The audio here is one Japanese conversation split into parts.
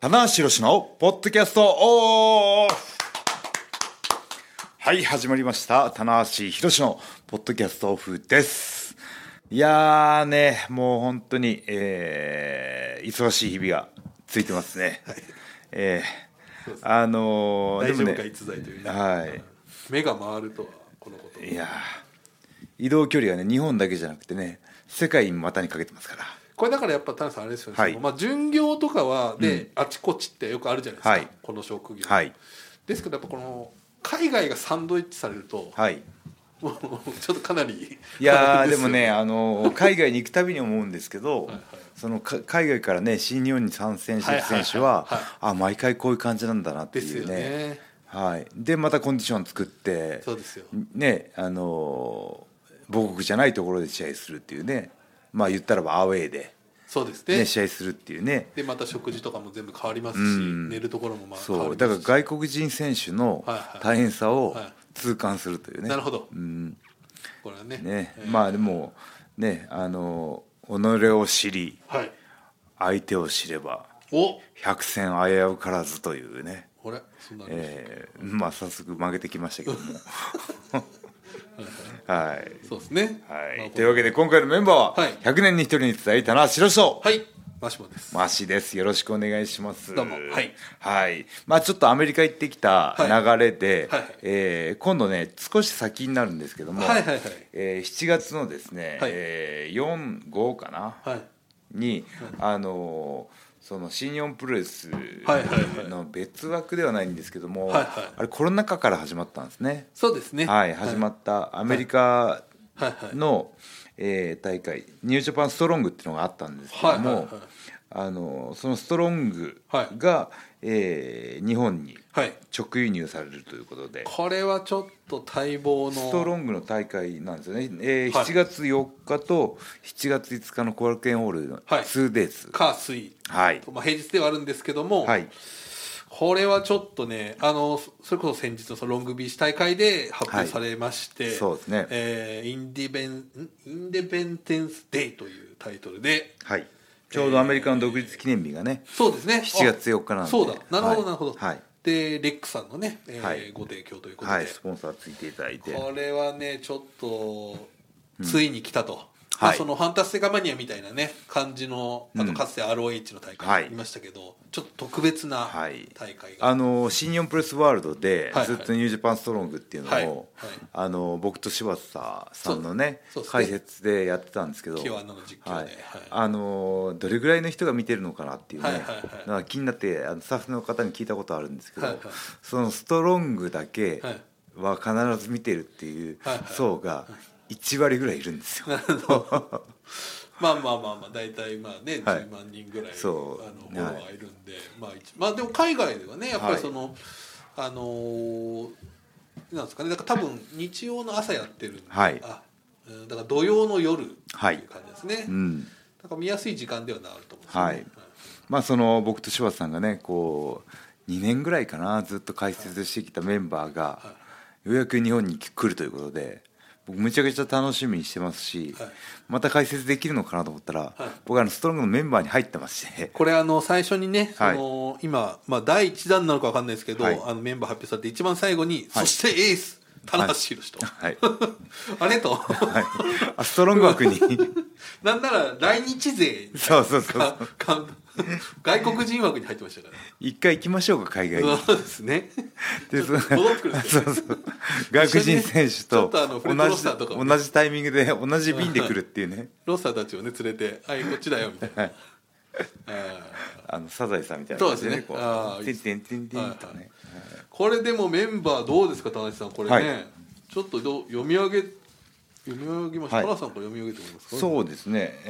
棚橋宏のポッドキャストオフはい、始まりました。棚橋宏のポッドキャストオフです。いやーね、もう本当に、えー、忙しい日々がついてますね。えーあのー、大丈夫かね、逸材という、はい。目が回るとはこのこといやー移動距離はね日本だけじゃなくてね世界に股にかけてますからこれだからやっぱ田中さんあれですよね、はいそのまあ巡業とかはで、あちこちってよくあるじゃないですか、はいこの職業、はいですけどやっぱこの海外がサンドイッチされると、はいもうちょっとかなりいや大ー変ですもよねあのー海外に行くたびに思うんですけどはいそのか海外からね新日本に参戦してる選手ははいはいはいあ毎回こういう感じなんだなってですいようねねはいでまたコンディション作ってそうですよねあのー母国じゃないところで試合するっていうねまあ言ったらばアウェーで、そうですねね、試合するっていうねでまた食事とかも全部変わりますし、うん寝るところもまあ変わそうりだまからすし外国人選手のはいはい大変さをはい痛感するというね。なるほどうんこれはねねえーまあでもねあの己を知りはい相手を知ればお百戦危うからずというね、これそんなの、えーまあ早速曲げてきましたけども。はいそうですねはまあい、というわけで今回のメンバーははい100年に一人に伝えたのは白人はいマシモですマシですよろしくお願いしますどうもはい、はいまあちょっとアメリカ行ってきた流れで、はいはいえー今度ね少し先になるんですけども、はいはいはいえー7月のですね、はいえー4号かな、はいに、あのーその新日本プロレスはいはいはいの別枠ではないんですけども、はいはいあれコロナ禍から始まったんですね。そうですねはい、始まったアメリカはいはいの、えー大会ニュージャパンストロングっていうのがあったんですけはどいはいも、はいあのそのストロングが、えー日本にはい直輸入されるということでこれはちょっと待望のストロングの大会なんですよね、えーはい7月4日と7月5日の後楽園ホールのはい 2days か水、はいまあ、平日ではあるんですけども、はいこれはちょっとねあのそそれこそ先日のそのロングビーチ大会で発表されまして、いそうですねえーインディベンんインデペンデンス・デイというタイトルではいちょうどアメリカの独立記念日がね、そうですね7月あ4日なんでそうだなるほどなるほど、はいでレックさんのね、えーはいご提供ということで、はい、スポンサーついていただいてこれはねちょっとついに来たと、はいまあそのファンタスティカマニアみたいなね感じのあうとんかつて ROH の大は会いありましたけど、ちょっと特別なはい大会が、あの新日本プロレスワールドではいはいずっとニュージャパンストロングっていうのを、はいはいあの僕と柴田さんのねそうそう解ですね説でやってたんですけどキヨアナの実況ではいはいあのどれぐらいの人が見てるのかなっていうね、はいはいはいのが気になってあのスタッフの方に聞いたことあるんですけど、はいはいそのストロングだけははい必ず見てるっていうはいはい層が1割ぐらいいるんですよ。まあまあまあまあ大体まあねはい10万人ぐらい、そうあのフォロワーはがいるんで、まあ一、まあでも海外ではねやっぱはりいその、あのーなんですかねだから多分日曜の朝やってるんで、はいあうんだから土曜の夜っていうはい感じですね、うんなんか見やすい時間ではなると思うんですよねはいまあ、その僕と柴田さんがねこう2年ぐらいかなずっと解説してきたメンバーがはようやく日本に来るということで僕むちゃくちゃ楽しみにしてますしはいまた解説できるのかなと思ったらはい僕あのストロングのメンバーに入ってましてこれあの最初にね、はいその今、まあ、第1弾なのか分かんないですけど、はいあのメンバー発表されて一番最後に、はいそしてエース棚橋宏と、 はい、あれとはい、あストロング枠に なんなら来日勢そうそうそうかか外国人枠に入ってましたから、一回行きましょうか海外にそうですねでそのそ戻ってくるんですようそう外国人選手ちょとっとあのフレッドロスターとかも同じ同じタイミングで同じ便で来るっていうねロスターたちをね連れて「あいこっちだよ」みたいな、はいああのサザエさんみたいなそうですねこあうーてんてんてんてんとはいはねーこれでもメンバーどうですか田中さんこれね、はいちょっとどう読み上げ読み上げましょう、はい田中さんこれ読み上げてもらえますかそうですね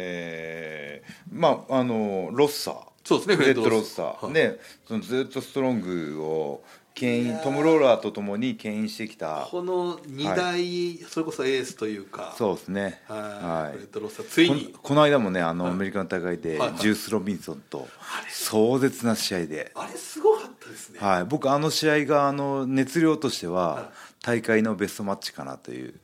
えーまああのロッサーそうですねフフレッレッド・ドロロッッササー、はいねそのずっとストロングを牽引トム・ローラーとともに牽引してきたこの二大、それこそエースというかそうですねははいいフレッドロスターついこにのこの間もねあの、はいアメリカの大会で、はいはいジュース・ロビンソンと壮絶な試合で、あれすごかったですね、はい、僕あの試合があの熱量としては、はい大会のベストマッチかなという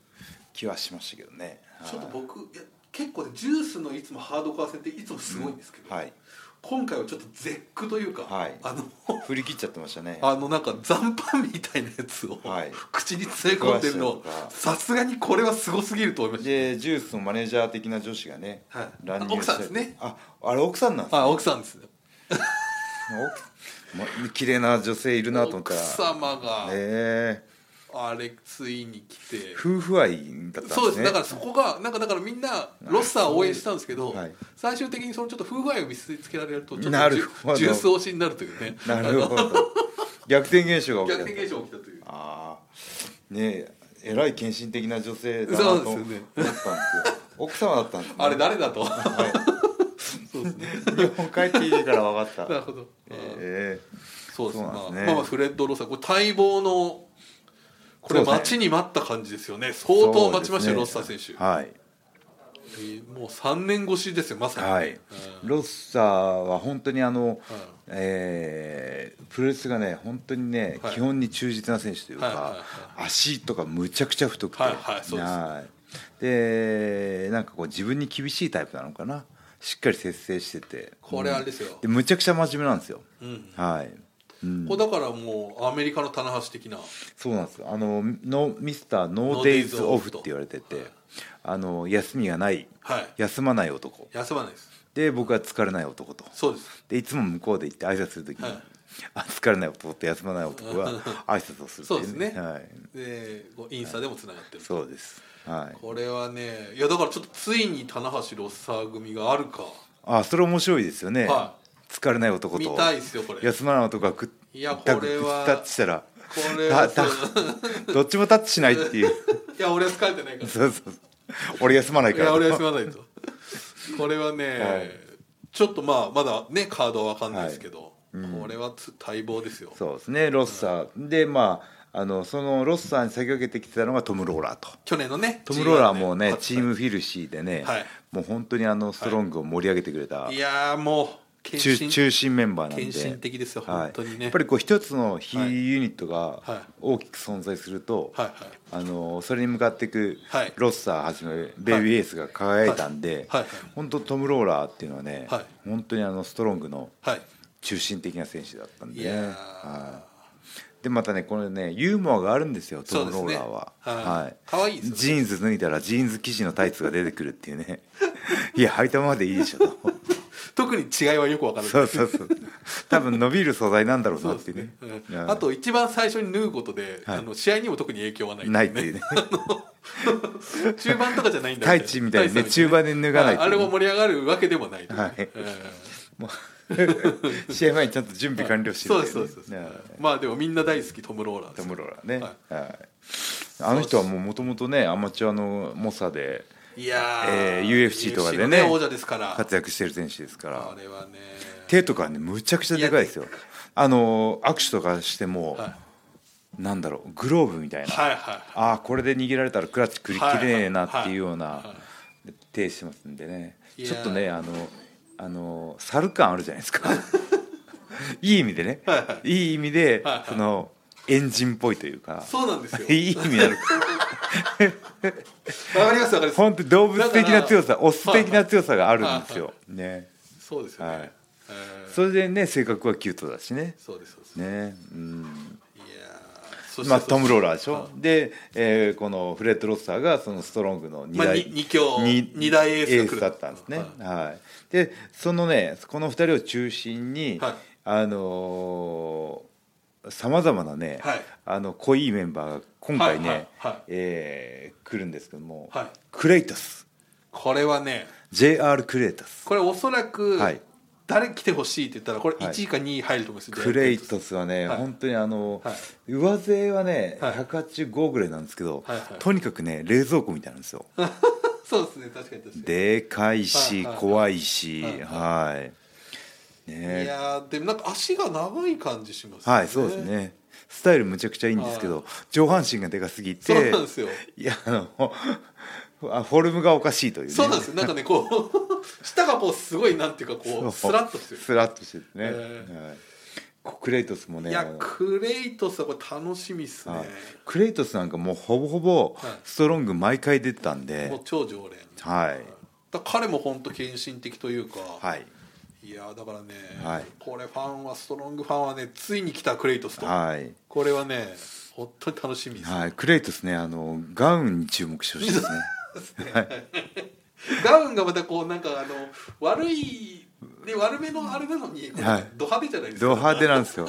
気はしましたけどね、ちょっと僕いや結構ねジュースのいつもハードコア戦っていつもすごいんですけど、はい、今回はちょっと絶句というか、はいあの振り切っちゃってましたねあのなんか残飯みたいなやつを、はい口に詰め込んでるの食わしてるのかさすがにこれはすごすぎると思いましたでジュースのマネージャー的な女子がね、はい乱入奥さんですねああれ奥さんなんですあ奥さんですねね奥 ま綺麗な女性いるなと思った奥ら様がえあれついに来てえ夫婦愛だったんですねそうですだからそこがなんかだからみんなロスターを応援したんですけど、はい最終的にそのちょっと夫婦愛を見せつけられるとちょっとジなュるほどジュース推しになるという ねなるほ ど逆転現象があの起き逆た転現象が起きたというああねええらい献身的な女性だなとそう思っですたよんですねよ 奥様だったんですねあれ誰だとはいそうですね日本帰っていいから分かっ なるたほど、あーえそうですそうねなんですまねあ、まあまあフレッド・ロサこれ待望のこそうでれすね待ちに待った感じですよねえ相当待ちましたよ、そうロでスすねター選手、はいえーもう3年越しですよまさに、はいうんロッサーは本当にあの、えープロレスがね本当にね、はい基本に忠実な選手というか、はいはいは足とかむちゃくちゃ太くて、はいはいそうですはいでなんかこう自分に厳しいタイプなのかなしっかり節制しててこれあれですよでむちゃくちゃ真面目なんですよ、うんはい、うん、これだからもうアメリカの棚橋的なそうなんですよあののミスターノー No デイズ Days オフって Off 言われてて、はいあの休みがないはい休まない男休まないですで僕は疲れない男とそうですでいつも向こうで行って挨拶するときに、はいあ疲れない男と休まない男 が挨拶をするっていそうですねはい、でこうインスタでもつながってる、そうですはいこれはねいやだからちょっとついに棚橋ロッサー組があるかあそれ面白いですよね、は疲れない男見とたいですよこれこ休まない男がくっいやタッこれはタッチしたられはそたうたどっちもタッチしないって いういや俺は疲れてないからそうそう俺休まないいからや俺は休まないとこれはね、はいちょっとまあまだねカードは分かんないですけど、これはつ待望ですよそうですねロッサーでまああのそのロッサーに先駆けてきてたのがトム・ローラーと去年のねトム・ローラーも G1 ね勝チームフィルシーでね、はいもう本当にあのストロングを盛り上げてくれたいやーもう献中身中心メンバーなんで献身的ですよ、は本当にい、ねやっぱりこう一つの非ユニットはいが大きく存在すると、はいはいあのそれに向かっていくはいロッサーはじめベイビーエースが輝いたんで、はいはい本当トム・ローラーっていうのはね、はい本当にあのストロングのはい中心的な選手だったんでいね、やーはい、でまたねこれねユーモアがあるんですよトム・ローラーは、そうですねはい可愛いですよねジーンズ脱いだらジーンズ生地のタイツが出てくるっていうね いや履いたままでいいでしょと特に違いはよく分からないそうそうそう多分伸びる素材なんだろうそなうっですていうねねうんあと一番最初に脱ぐことで、はいあの試合にも特に影響はないないっていうね中盤とかじゃないんだタイチみたいにね中盤で脱がないってあいあうれねも盛り上がるわけでもないとう はいえ ーもう試合 前にちゃんと準備完了してそうるでってすいそうですそうですねまあでもみんな大好きトム・ローラーでトすム・ローラーね、ははいあの人はもうもともとねアマチュアの猛者でいやえー UFC とかでね UFC の王者ですから活躍してる選手ですからあれはね手とかねむちゃくちゃでかいですよあの握手とかしても、はいなんだろうグローブみたいな、はいはいああこれで逃げられたらクラッチくりはいきれねえなっていうようはいはな手してますんでねいやちょっとねあのあの猿感あるじゃないですか いい意味でね、、はいはいい意味で、はいはいそのエンジンっぽいというかそうなんですよいい意味なのかわかりますわかります本当動物的な強さだからオス的な強さがあるんですよ、はねそうですよはいねえーそれでね性格はキュートだしねそうですそうですねうんいやーそしてまあ、トム・ローラーでしはょで、えーこのフレッド・ロッサーがそのストロングの2まあ大,に、二強に二大エースが来るだったんですね、ははい、でそのねこの2人を中心に、はいあのさまざまなね、はいあの濃いメンバーが今回ね、はいはいはいえー来るんですけども、はいクレイタスこれはね JR クレイタスこれおそらくはい誰来てほしいって言ったらこれはい1位か2位入ると思いますよクレイトスはね、はい本当にあの、は上背はね、はい185ぐらいなんですけど、はいはいとにかくね冷蔵庫みたいなんですよ そうですね確かに確かでかいし、はいはい怖いし、はいはい。にいね、やーでもなんか足が長い感じしますよはい、そうですね。スタイルむちゃくちゃいいんですけど、上半身がでかすぎそうてなん。ですよいや、あの、あ、フォルムがおかしいという、ね。そうなんですよなんかねこう 下がこうすごいなんていうかこそううスラッとしてるスラッとしてるね。えはいこクレイトスもね。いあやのクレイトスはこれ楽しみっすね、はいクレイトスなんかもうほぼほぼはいストロング毎回出てたんでもう。超常連はい。だから彼も本当献身的というか、はい。いやーだからね、はいこれファンはストロングファンはねついに来たクレイトスと、はいこれはね本当に楽しみです、はい、クレイトスねあのガウンに注目してほしいですねガウンがまたこうなんかあの悪いで悪めのあれなのに、はいド派手じゃないですかド派手なんですよ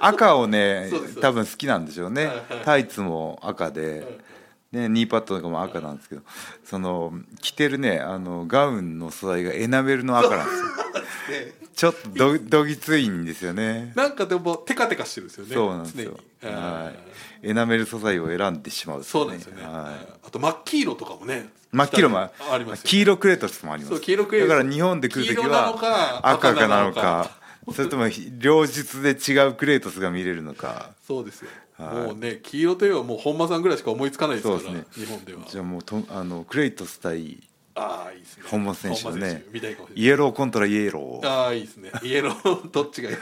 赤をねそうです多分好きなんでしょうねはいはいタイツも赤で、ね、ニーパッドとかも赤なんですけどその着てるねあのガウンの素材がエナメルの赤なんですよでちょっとどどぎついんですよねなんかでもテカテカしてるんですよねそうなんですよ、常に、はい、エナメル素材を選んでしまう、そうなんですよね、はいあと真っ黄色とかもね真っ黄色もあありますよね黄色クレートスもありますそう黄色クレートだから日本で来る時黄色なのかは赤かなの赤なのかそれとも両日で違うクレートスが見れるのかそうですよ、はいもうね黄色といえばもう本間さんぐらいしか思いつかないですからそうです日本ではじゃあもうとあのクレイトス対ああいいですね本間選手の本間選ね手見たいかもしれないイエローコントライエローああいいです ねイエローどっちがい い、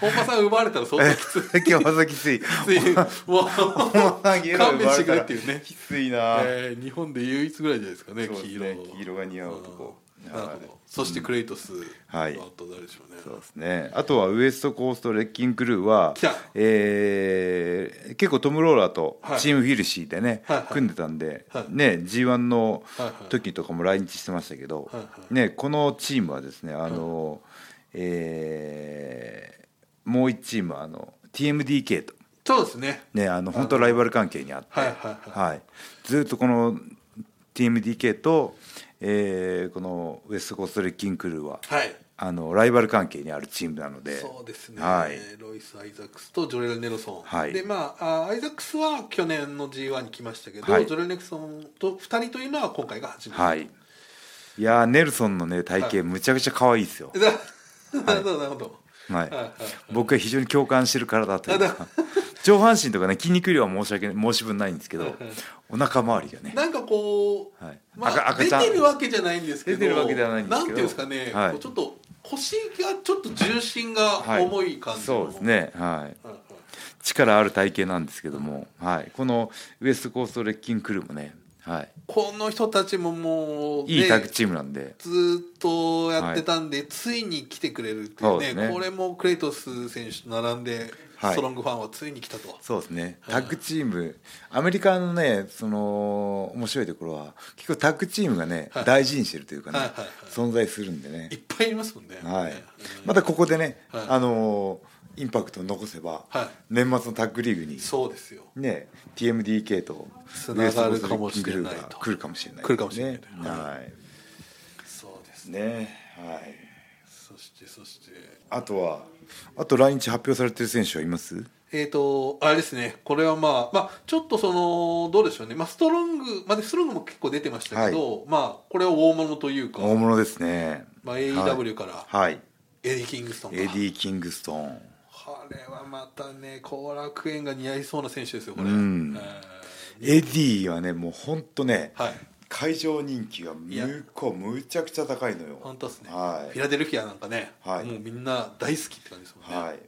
本間さん奪われたら相当きつい今日はきついつい もう勘弁してくれって いうねきついな、えー日本で唯一ぐらいじゃないですかねそうです黄ね色黄色が似合う男うんなはるいほどそしてクレイトスはいあと誰でしょうねそうですね、あとはウエストコーストレッキングクルーは来た、えー結構トム・ローラーとはいチームフィルシーでね、はいはい組んでたんで、はいね、g 1のはいはい時とかも来日してましたけど、はいはね、このチームはですねあの、えーもう1チームはあの TMDK と、そうですねね、あの本当ライバル関係にあって、はいはいはいずっとこの TMDK と、えーこのウエストコーストレッキングクルーは。はいあのライバル関係にあるチームなので、そうですね、はい、ロイス・アイザックスとジョレル・ネルソン、はいでまああアイザックスは去年の g 1に来ましたけど、はいジョレル・ネルソンと2人というのは今回が初めて、はい、いやーネルソンのね体型むちゃくちゃ可愛いですよ、だ なるほどなるほどはいはいはい僕は非常に共感してる体というあか 上半身とかね筋肉量は申し訳申し分ないんですけどお腹周りがねなんかこう、はいま赤あ、赤出ちゃんてるわけじゃないんですけど出てるわけではないんですけどなんていうんですかね、はいこうちょっと腰がちょっと重心がはい重い感じの、そうですねはいうんうん力ある体型なんですけども、はい、このウエストコーストレッキングクルーもね、はい、この人たちももう、ね、いいタッグチームなんでずーっとやってたんで、ついに来てくれるっていそううでねすねこれもクレイトス選手と並んで、はいストロングファンはついに来たとそうですねタッグチームアメリカのねその面白いところは結構タッグチームがね、はい大事にしてるというかね、はいはいはい存在するんでねいっ、ぱいいますもんね、はいねまたここでね、はいあのーインパクトを残せば、はい年末のタッグリーグに、そうですよね、TMDK とつながウエるかもしれないとストコーストレッキングルーが来るかもしれない、来るかもしれないねねはいそうですねねはい、そしてそしてあとはあと来日発表されてる選手はいますえっ、とあれですねこれはまあまあちょっとそのどうでしょうね、まあ、ストロングまあでストロングも結構出てましたけど、まあこれは大物というか、大物ですね、まあ、AEW からはいエディ・キングストンエがディ・キングストンこれはまたね後楽園が似合いそうな選手ですよこれ、んえエディはねもうほんとね、ーはい会場人気がいや向こうむちゃくちゃ高いのよ本当ですね、はフィい、ラデルフィアなんかね、はいもうみんな大好きって感じですもんね、はいうん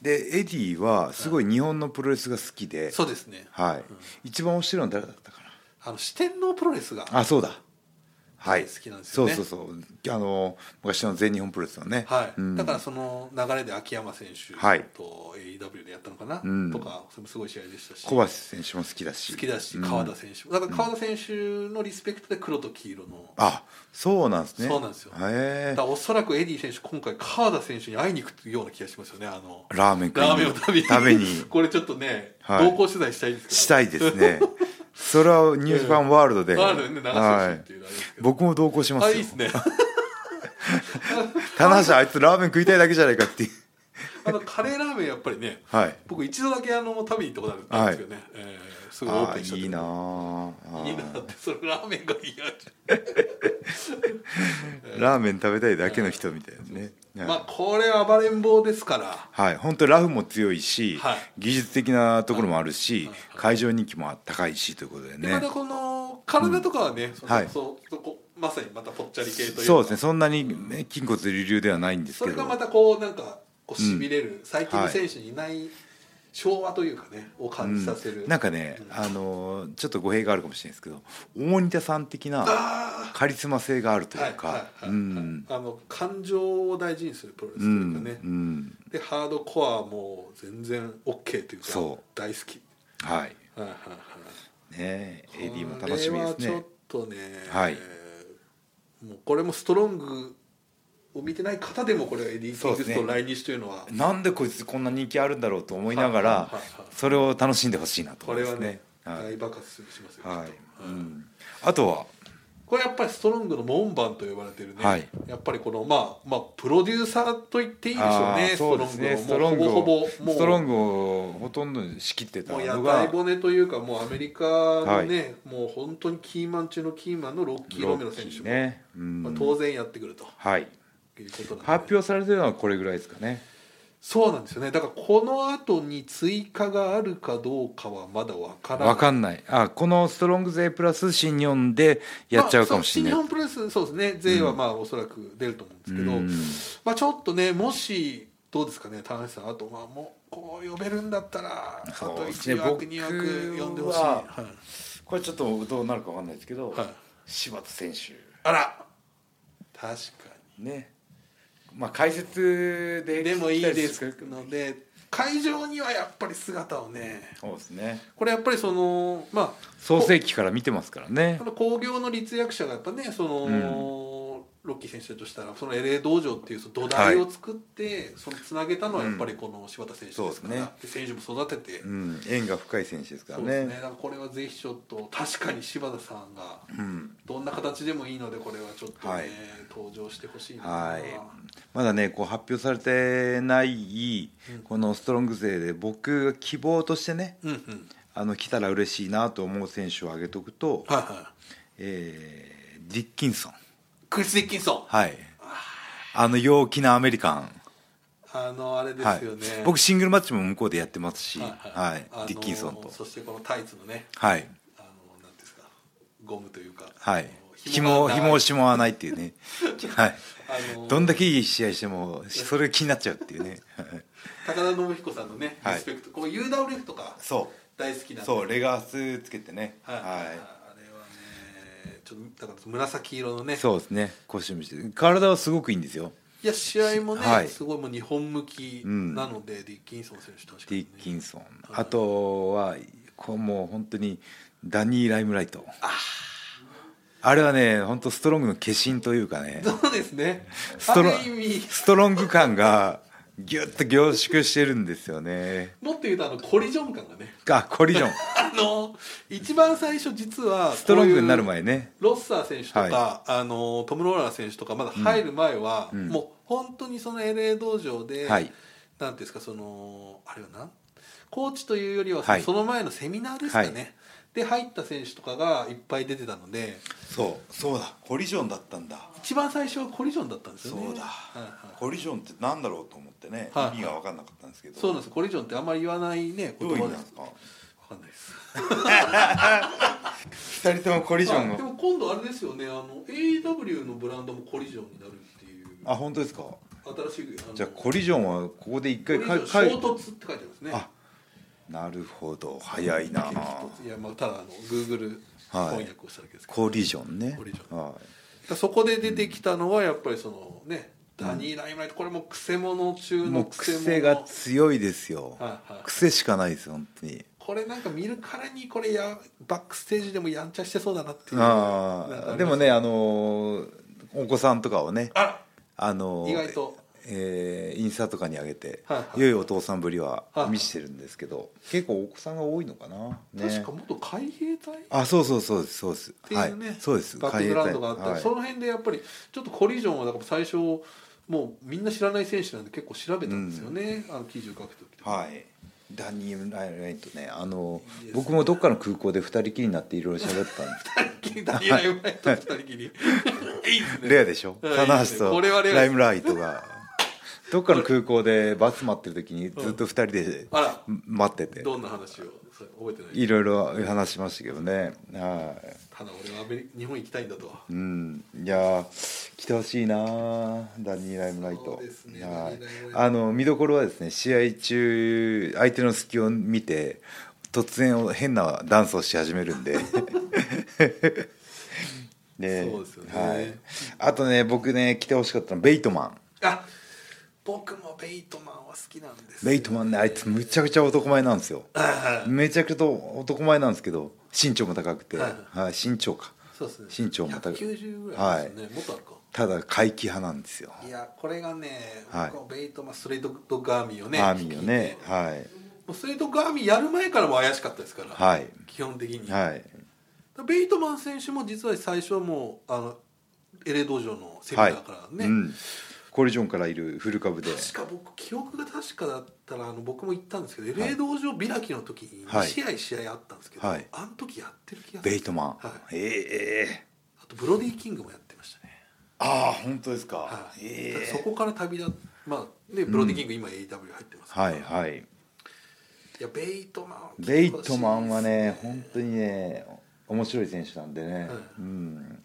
でエディはすごい日本のプロレスが好きで、そうですねはい一番推してるのは誰だったかあの四天王プロレスがなあそうだはい好きなんですよねそうそうそうあの昔の全日本プロレスのね、はいうんだからその流れで秋山選手はいと AEW でやったのかな、うんとかそれもすごい試合でしたし小橋選手も好きだし好きだしうん川田選手も、だから川田選手のリスペクトで黒と黄色の、あそうなんですねそうなんですよへだえからおそらくエディ選手今回川田選手に会いに行くような気がしますよねあのラーメン食いにラーメンを食べに食べに これちょっとね、はい同行取材したいですけどしたいですねそれはニュースファンワールドで、ワールドでね流してほしいっていうのあれですけど、僕も同行しますあよいいですね棚橋あいつラーメン食いたいだけじゃないかっていうあのカレーラーメンやっぱりねはい僕一度だけあの食べに行ったことあるんですけどね、えーすごいオーああプンした時いいなああいいなってそれラーメンが嫌ラーメン食べたいだけの人みたいなね、はいまあこれは暴れん坊ですからはい、本当にラフも強いし、はい技術的なところもあるし、はい会場人気も高いしということででねまたこの体とかはね、そのはいそうそこまさにまたぽっちゃり系というかそうですねそんなに、ね、筋骨隆々ではないんですそけれどがまたこうなんかこうしびれる、最近の選手にいない昭和というかねを感じさせる、なんかね、あのーちょっと語弊があるかもしれないですけど大仁田さん的なあカリスマ性があるとーいうはいはかいはういんあの感情を大事にするプロレスうというかんね、うんでハードコアも全然 OK というかそう大好きはいはいはいねはい AD も楽しみですこれはねちょっとね、はいもうこれもストロングを見てない方でもこれエディ・キングスと来日というのはなんでこいつこんな人気あるんだろうと思いながはいらはいはいはいそれを楽しんでほしいなとこ思いれまはすねねはい大爆発しますよ、はきいっとううんんあとはこれやっぱりストロングの門番と呼ばれてるね、はいやっぱりこのまあまあプロデューサーと言っていいでしょうあねーそうですねスストトロロンンググををもうほぼほぼもうストロングをほとんど仕切ってたもう屋の台が骨というかもうアメリカのね、もう本当にキーマン中のキーマンのロッキー・ロメロ選手も、ねうまあ、ん当然やってくるとはいいうことなんで発表されてるのはこれぐらいですかねそうなんですよねだからこの後に追加があるかどうかはまだわからないわかんないあこのストロング勢プラス新日本でやっちゃうかもしれない、まあそう新日本プロレスそうですね税はまあおそらく出ると思うんですけど、うんまあ、ちょっとねもしどうですかね田中さんあとまあもうこう呼べるんだったらあそうとです1ね枠2枠僕は呼んでほしい、はいこれちょっとどうなるかわかんないですけど、はい柴田選手あら確かねまあ解説でにでもいいです聞きたので会場にはやっぱり姿をねそうですねこれやっぱりそのまあ創世記から見てますからねこの興行の立役者がやっぱねその、うんロッキー選手だとしたらその LA 道場っていうその土台を作って、そのつなげたのはやっぱりこの柴田選手ですから、うんそうで選手も育てて、うん縁が深い選手ですからそうですねねだからこれはぜひちょっと確かに柴田さんがうんどんな形でもいいのでこれはちょっとね、はい登場してほしいな、はいまだねこう発表されてないこのストロング勢で僕が希望としてねうんうんあの来たら嬉しいなと思う選手を挙げとくと、はいはいえーディッキンソンクリス・ディッキンソンはいあの陽気なアメリカンあのあれですはいよね、僕シングルマッチも向こうでやってますし、ははいいあのディッキンソンとそしてこのタイツのねはいあのなんていうんですかゴムというかはい紐紐が紐をしもわないっていう ねはいあのどんだけいい試合してもそれが気になっちゃうっていうねはい高田信彦さんのねはいリスペクト、こう UWF とかそ大好きなうんでそうレガースつけてねはい、はいはい、あれはねちょっとだから紫色のねそうですねコスチュームして体はすごくいいんですよいや試合もね、はいすごいもう日本向きうんなので、ディッキンソン選手確かデに、ィねッ、キンソンあとはこうもう本当にダニー・ライムライトあれはね本当ストロングの化身というかねそうですねストロある意味ストロング感がギュッと凝縮してるんですよねもっと言うとあのコリジョン感がねあコリジョンあの一番最初実はストロングになるこういう前ねロッサー選手とか、はあのトム・ローラー選手とかまだ入る前は、うんもう本当にその LA 道場で、はいなんていうんですかそのあれはなんコーチというよりは、はいその前のセミナーですかね、はいで入った選手とかがいっぱい出てたのでそうそうだコリジョンだったんだ一番最初はコリジョンだったんですよねそうだはいはいコリジョンってなんだろうと思ってねはい意味が分かんなかったんですけどそうなんですコリジョンってあんまり言わないね言葉ですかわかんないです2人ともコリジョンあでのも今度あれですよねあの AW のブランドもコリジョンになるっていうあ本当ですか新しいのじゃあコリジョンはここで一コ回リジョンか衝突って書いてますねあなるほど早いな激突いやまあただあの Google はい翻訳をしただけですけど、コリジョンねコリジョはだからそこで出てきたのはやっぱりそのねダニー・ライムライトこれもくせ者い中ものうくせ者癖が強いですよはいはい癖しかないです本当にこれなんか見るからにこれやバックステージでもやんちゃしてそうだなっていうなんあかありますでもねあのーお子さんとかをねあらあのー意外とえーインスタとかに上げてはいはい良いお父さんぶりははいはい見せてるんですけど結構お子さんが多いのかなね確か元海兵隊っあそうそうそうですそうですてはいうね、いそうですバックグラウンドがあったり、海兵隊はいその辺でやっぱりちょっとコリジョンはだから最初もうみんな知らない選手なんで結構調べたんですよね、あの記事を書くときとか はいダニー・ライライトねあのいいですね僕もどっかの空港で二人きりになっていろいろ喋ってたんですダニー・ライムライト二人きり いいですね レアでしょうん棚いいです橋ねとこれはレアですライムライト がどっかの空港でバス待ってる時にずっと二人であら待っててどんな話をそれ覚えてないいろいろ話しましたけどねは花俺はアメリ日本行きたいんだとはうん、いやー来てほしいなーダニー・ライムライトそうですねはいダニーライムライトあの見どころはですね試合中相手の隙を見て突然変なダンスをし始めるん でねそうですよねはい、あとね僕ね来てほしかったのベイトマあ僕もベイトマンは好きなんですンベイトマンねあいつむちゃくちゃ男前なんですよああめちゃくちゃ男前なんですけど身長も高くて、ははいい身長かそうですね身長も高い190ぐらいですね、もっとあるかただ怪奇派なんですよいやこれがね、はい僕もベイトマンストレートドッグアーミーをねアーミーよね聞いてはいもうストレートドッグアーミーやる前からも怪しかったですから、はい基本的に、はいベイトマン選手も実は最初はもうあのエレ道場のセミナーからね、うん、コリジョンからいるフル株で確か僕記憶が確かだったらあの僕も行ったんですけど、エレ道場開きの時には2い試合試合あったんですけど、はいあの時やってる気がするベイトマン、はいええええあとブロディ・キングもやってましたね、ああ本当ですか、はいえだえからそこから旅立っまあねブロディ・キング今 AW 入ってますから、はいはいいやベイトマンベイトマンはね本当にね面白い選手なんでね、うん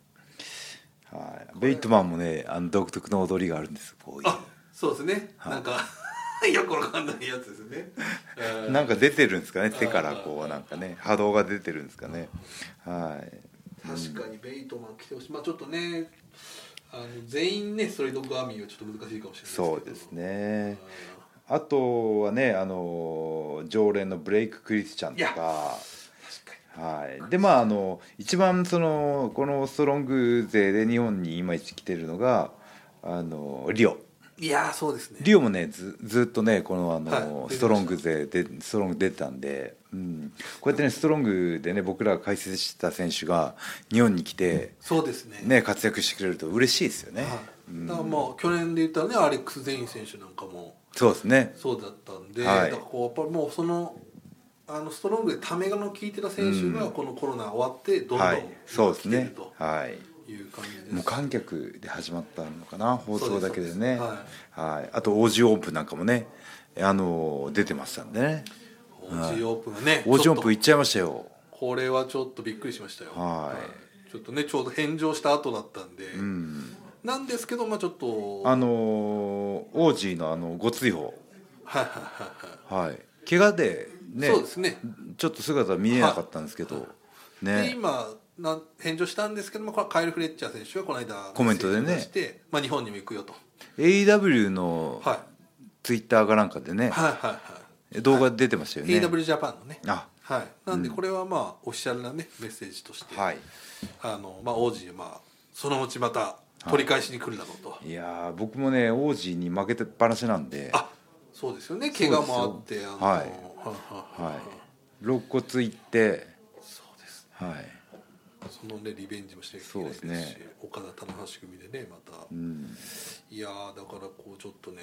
はい、ベイトマンもねあの独特の踊りがあるんですこういあうそうですね、なんか よくわかんないやつですね、えーなんか出てるんですかね手からあこーうなんかね波動が出てるんですかねはい確かにベイトマン来てほしいまあちょっとねあの全員ねストレートドッグアーミーはちょっと難しいかもしれないですけどそうですねああとはねあの常連のブレイク・クリスチャンといかー確かはい、でまああの一番そのこのストロング勢で日本にいまいち来てるのがあのリオにいやーそうですねリオもねずずっとねこのあの、はいストロング勢でストロング出てたんで、うん、こうやってねストロングでね僕らが解説してた選手が日本に来て、そうですねね、活躍してくれると嬉しいですよね、はい、だからまあ去年で言ったらねアレックス・ゼイン選手なんかもそうですねそうだったんで、はいだからこうやっぱりもうそのあのストロングでためがの効いてた選手がこのコロナ終わってどんどんはいそうで来すてるねとはいいう感じです、無観客で始まったのかな放送だけでそうでねすそうはい、あと OG オープンなんかもねあの出てましたんでねオージーオープンがね、 OG オープンちょっ行っちゃいましたよとこれはちょっとびっくりしましたよはいちょっとねちょうど返上した後だったんで、なんですけどまあちょっとあの OG のあのご追放はいはいはいはいはい怪我でねそうですねちょっと姿見えなかったんですけど、でね今なん返上したんですけどもこれカイル・フレッチャー選手がこの間コメントでねメッセージを出して、まあ、日本にも行くよと AEW のはいツイッターかなんかでね、はいはい動画出てましたよはい、ね、 AW ジャパンのねあはい、なんでこれはまあ、オフィシャルなねメッセージとして、はいあのまあ王子まあそのうちまた取り返しに来るだろうと、いやー僕もね OG に負けてっぱなしなんであそうですよね怪我もあってあのはいはいはいははいい、肋骨行って、そうですはい、そのねリベンジもしなきゃいけないですしそうですね岡田棚橋組でねまた、いやーだからこうちょっとね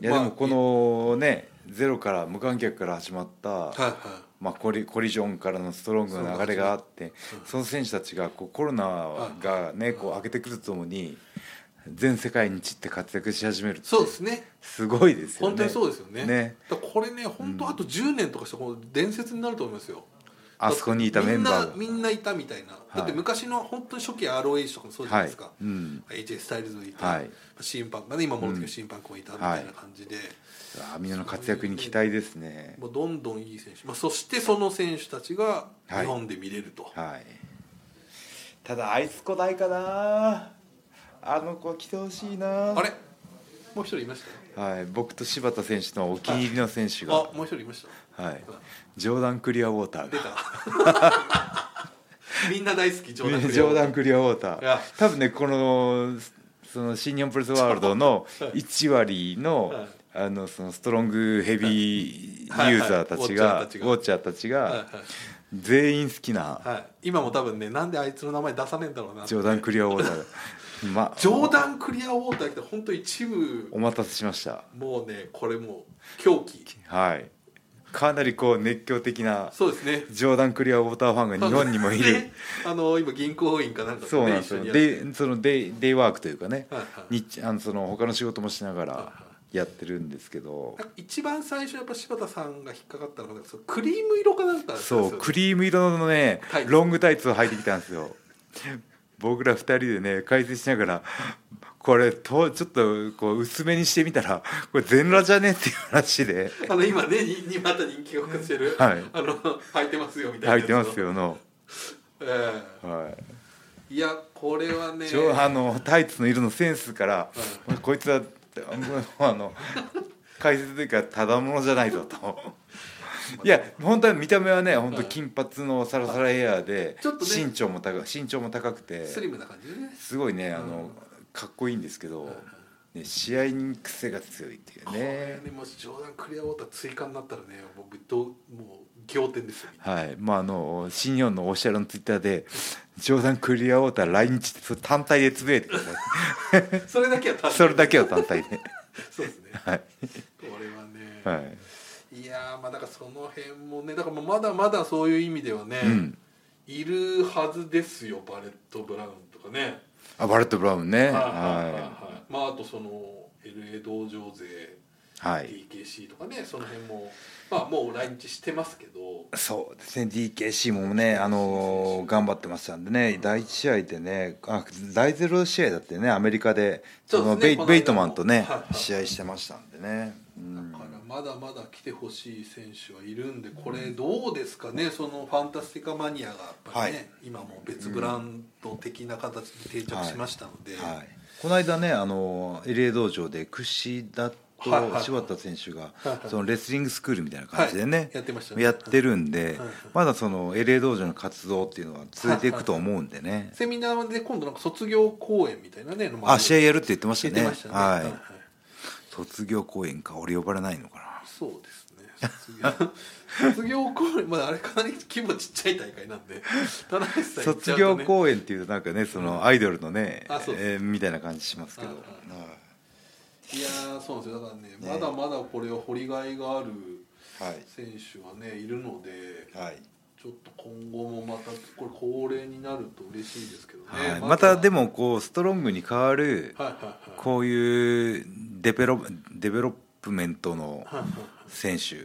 いやでもこのねゼロから無観客から始まった、はいはいまあ、コリコリジョンからのストロングの流れがあってその選手たちがこうコロナがねこう明けてくるとともに全世界に散って活躍し始めるってそうですねすごいですよね本当にそうですよねねだからこれね本当あと10年とかしたらこの伝説になると思いますよあそこにいたメンバーがみんなみんないたみたいな、だって昔の本当に初期 ROH とかもそうじゃないですか、はいうん AJ スタイルズもいた、はいシンパンがね今戻ってきたシンパンクもいたみたいな感じで、あみんなの活躍に期待ですねもうどんどんいい選手、まあ、そしてその選手たちがはい日本で見れると、はいただあいつ来ないかなあの子来てほしいなあれもう一人いましたよはい、僕と柴田選手のお気に入りの選手が、あもう一人いましたはい、ジョーダン・クリアウォーター出が たみんな大好き冗談ジョーダン・クリアウォータいやー多分ねこのその新日本プロレスワールドの1割の,、はいあのそのストロングヘビはーいユーザーたちはいがウウォォッチャーたちはいがはい全員好きなはい、今も多分ねなんであいつの名前出さねえんだろうなジョーダン・クリアウォーターが、ま、冗談クリアウォーターって本当一部お待たせしましたもうねこれもう狂気はいかなりこう熱狂的なそうですねジョーダン・クリアウォーターファン が日本にも いる ねあの今銀行員かなんかとねそうなんですよ一緒にやってデイそのデイデイワークというかねはいはい日あのその他の仕事もしながらはやってるんですけど一番最初やっぱ柴田さんが引っかかったのがそのクリーム色かなんかそうクリリーム色のねタイツロングタイツを履いてきたんですよ 僕ら2人でね解説しながらこれとちょっとこう薄めにしてみたらこれ全裸じゃねっていう話であの今ねににまた人気が復活してる、はいあの履いてますよみたい履なやいつてのます、よの、えはいえいやこれはね一応あのタイツの色のセンスから、こいつはあの解説というかただものじゃないぞ と。いや本当は見た目はね本当金髪のサラサラヘアでちょっとね身長も高く身長も高くてスリムな感じでねすごいねあのかっこいいんですけど、ね、試合に癖が強いっていうこれねねもし冗談クリアウォーター追加になったらね僕どうもう仰天ですよはいまああの新日本のオフィシャルのツイッターで「冗談クリアウォーター来日」ってそれ単体でつぶやいてくださいそれだけは単純それだけは単体で そうですねはい、これはね、はいい、やーまあだからその辺もねだからもうまだまだそういう意味ではね、うんいるはずですよバレット・ブラウンとかねあバレット・ブラウンねはいはいははいはいまああとその LA 道場勢い、はい、 DKC とかねその辺もまあもう来日してますけどそうですね DKC もね、あのー頑張ってましたんでね第1試合でねあ第0試合だってねアメリカでそそうですのベイねこの間もベイトマンとね、はいはい試合してましたんでね、うんだからまだまだ来てほしい選手はいるんでこれどうですかねそのファンタスティカマニアがやっぱりね、はい今もう別ブランド的な形で定着しましたので、はい、この間ね、あのー LA 道場で櫛田とはいはい柴田選手が、いはいそのレスリングスクールみたいな感じでね、はいやってましたねやってるんで、はいまだその LA 道場の活動っていうのは続いていくと思うんでね、セミナーで今度なんか卒業公演みたいなねのもあ試合やるって言ってました出ねてましたね、はいはいはい卒業公演か俺呼ばれないのかなそうですね 卒業卒業公演まだあれかなり規模ちっちゃい大会なんで田中さん行っち卒ゃうと業ね公演っていうとなんかねそのアイドルのね、あそうえーみたいな感じしますけど、はいはいやーそうなんですよだねからねまだまだこれは掘りがいがあるはい選手はねいるのでいはいちょっと今後もまたこれ恒例になると嬉しいですけどね、はいまたでももこうストロングに変わるはいはいはいこういうデベロデベロップメントのはいはい選手はい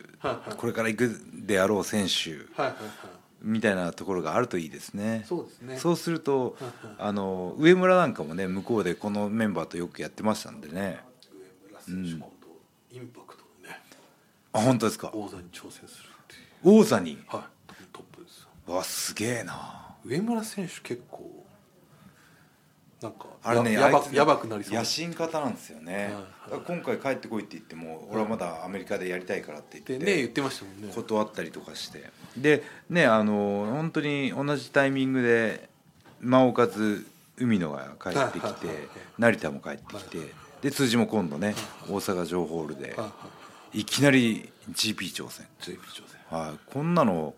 はいこれから行くであろう選手はいはいはいみたいなところがあるといいですね。そうですねそうするとはいはいあの上村なんかもね向こうでこのメンバーとよくやってましたんでね上村選手今度、インパクトのねあ本当ですか王座に挑戦するっていう王座にはいトップですよわすげえな上村選手結構なんかあれねややばあいつくやばくなりそう野心家なんですよね、はいだから今回帰ってこいって言っても俺はまだアメリカでやりたいからって言でっねて、言ってましたもんね断ったりとかしてでねあの本当に同じタイミングで間をかず海野が帰ってはきいはいてはいはい成田も帰ってきてで辻も今度ね大阪城ホールではいはいいきなり GP 挑戦、随分挑戦はい、こんなの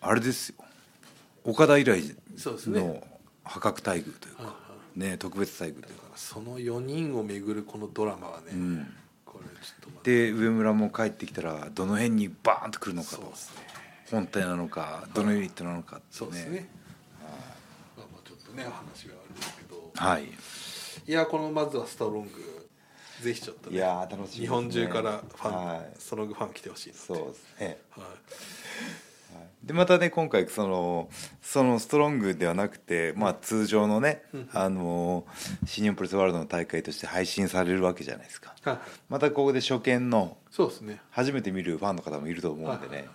あれですよ岡田以来そうですねの破格待遇というはいはか、ね、特別待遇というかいその4人を巡るこのドラマはね、これちょっとまたで上村も帰ってきたらどの辺にバーンと来るのかそうとですね本体なのかどのユニットなのかってそうですねねまあまあちょっとね話があるんですけどはいいやこのまずはストロングぜひちょっといねやー楽しみですね日本中からファン、はいストロングファン来てほしいなそうですねはいでまたね今回そのそのストロングではなくて、まあ、通常のね、あのー新日本プロレスワールドの大会として配信されるわけじゃないですかはいまたここで初見のそうですね初めて見るファンの方もいると思うんでね、はい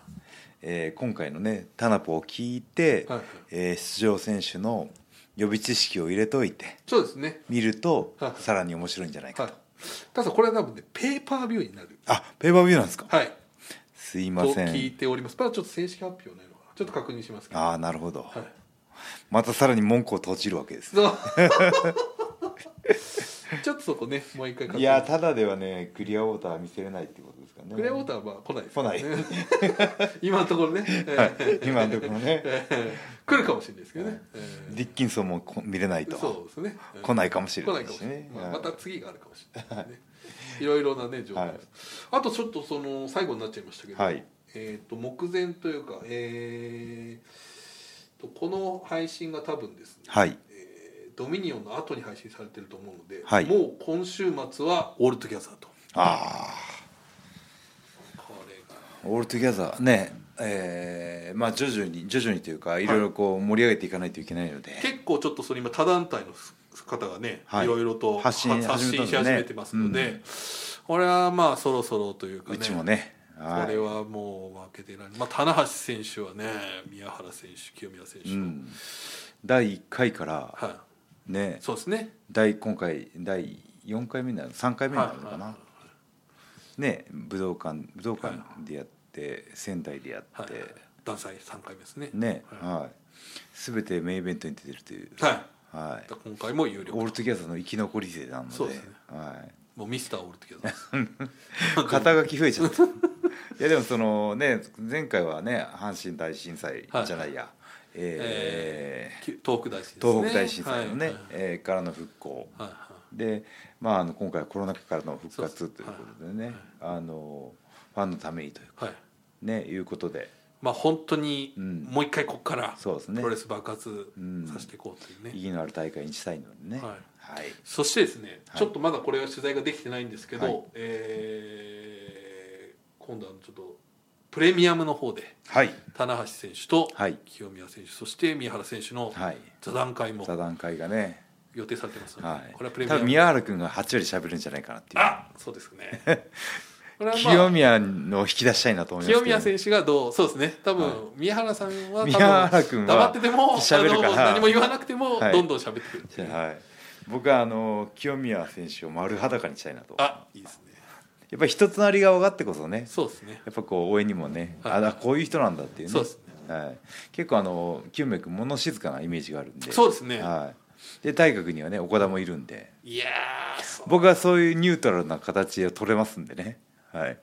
えー今回のねタナポを聞いて、はいはいえー出場選手の予備知識を入れといてそうですね見ると、はいはいさらに面白いんじゃないかはいと、ただこれは多分ねペーパービューになるあペーパービューなんですか、はいすいまとせ聞いんておりますまだちょっと正式発表ないのかなちょっと確認しますけどああなるほど、はいまたさらに文句を閉じるわけですねそう ちょっとそこねもう一回確認いやーただではねクリアウォーターは見せれないってことですかねクレアウォーターはまあ来ないですからね来ない今のところね、えーはい今のところね来るかもしれないですけどね、えーディッキンソンもこ見れないとそうですね、えー来ないかもしれない来ないしかもしれなね、いまあはいまた次があるかもしれないですね、い、ろいろなね情報です、あとちょっとその最後になっちゃいましたけど、はいえー、と目前というか、えー、とこの配信が多分ですね、はいえードミニオンの後に配信されてると思うので、はいもう今週末は「オールトギャザー」とああこれがオールトゥギャザーねえーまあ徐々に徐々にというかいろいろこう盛り上げていかないといけないので、結構ちょっとそれ今他団体の方がね、はいい、ろいろと発信始めたんしだよ始ねめてますので、これはまあそろそろというかねうちもねこはれいはもう負けてない、まあ、棚橋選手はね宮原選手清宮選手、うん、第1回からはねい、そうですね第今回第4回目になる3回目になるのかな、はいはね武道館武道館はでやって、仙台でやはっいて、団体3回目ですねねははい全てメインイベントに出てるというい、はいはい今回も有力オールトゥギャザーの生き残り勢なのでそうですねはいもうミスターオールトゥギャザーです肩書き増えちゃったいやでもそのね前回はね阪神大震災じゃないや、えき東北大震災ですー東北大震災のね、はいはいえーからの復興はいはいで、まあ、あの今回はコロナ禍からの復活ということでねそうあのファンのためにというかはいねいうことでまあ本当にうんもう一回ここからそうですねプロレス爆発うんさせていこうというね、意義のある大会にしたいのでねはいはい、そしてですね、はいちょっとまだこれは取材ができてないんですけど、はいえー今度はちょっとプレミアムの方ではい棚橋選手とはい清宮選手そして宮原選手のはい座談会も座談会がね、予定されてますので、はい、これはプレミ多ア分ム宮原君が8割喋るんじゃないかなっていうあそうです ねこれはまあ清宮の引き出したいなと思います清宮選手がどうそうですね多分、はい宮原さんは多分宮原君は黙ってても喋るからあの何も言わなくてもはいどんどん喋ってくるっていう、はい、僕はあの清宮選手を丸裸にしたいなとやあいいですねっぱり人となりが分かってこそねそうですねやっぱこう応援にもね、はいあだこういう人なんだっていうねそうですはい、結構あの清宮君物静かなイメージがあるんでそうですねはい、で大学にはね岡田もいるんでいやーそう僕はそういうニュートラルな形を取れますんでね、はい、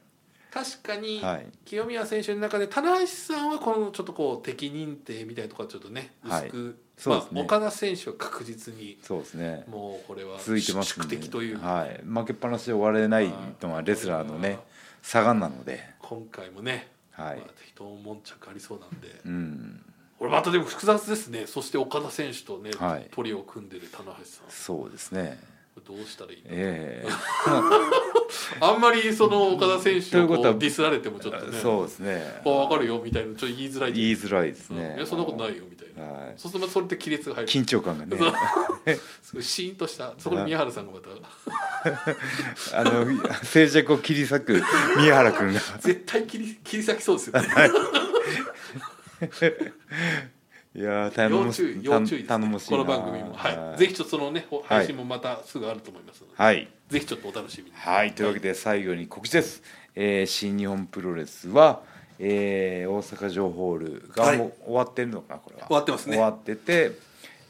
確かにはい清宮選手の中で棚橋さんはこのちょっとこう敵認定みたいなとこはちょっとねはい薄く、そうですねまあ、岡田選手は確実にそうですねもうこれは続いてますん宿で、敵という、はい、負けっぱなしで終われないのはレスラーのね差がなので、今回もね、はいまあ、適当もん着ありそうなんで、うん、これまたでも複雑ですねそして岡田選手とね、はいトリオを組んでる棚橋さんそうですね。どうしたらいいのええあんまりその岡田選手をというここうとはディスられてもちょっとねそうですね。あ分かるよみたいなちょっと言いづらい言いづらいですねうん。いやそんなことないよみたいな、はい。そうするとまたそれって亀裂が入る緊張 感がね、そうすごいシーンとしたそこで宮原さんがまたあの静寂を切り裂く宮原君 が 絶対切り切り裂きそうですよねいやー 頼要も注し意要注意です、ね、頼もしいこなの番組も、はいぜひちょっとそのねほ配信もまたすぐあると思いますので、はいぜひちょっとお楽しみにはい、というわけで最後に告知です。えー新日本プロレスは、えー大阪城ホールがもう終わってるのかな、これは。終わってますね終わってて、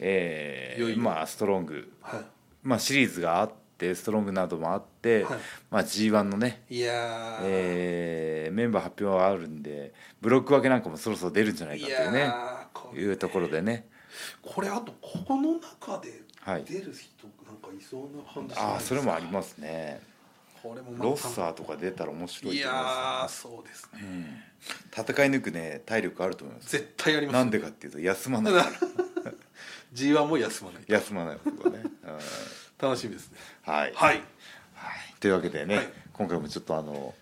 えーいよいよまあストロング、はまあシリーズがあって、ストロングなどもあって、はいまあ G1 のね、い、いやー、えーメンバー発表があるんで、ブロック分けなんかもそろそろ出るんじゃないかというね、やーこいうところでね。これあとここの中ではい出る人なんかいそうな感じしないああ、ですそかれもありますね。これもまたロッサーとか出たら面白いいと思いやまーそうですね、す。戦い抜くね体力あると思います。絶対やりますなんでかっていうと休まない G1 も休まない休まないことがね、うん楽しみですねはい、はいはいというわけでね、はい今回もちょっとあの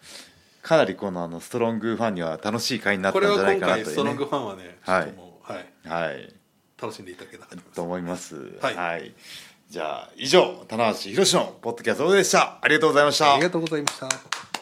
かなりこのあのストロングファンには楽しい回になったこんじれはゃない今かな回といストうロねングファンはね、はいちょっともうはい、はい楽しんでいただけたらと思いますと思いますはいじゃあ以上棚橋宏のポッドキャストでしたありがとうございましたありがとうございました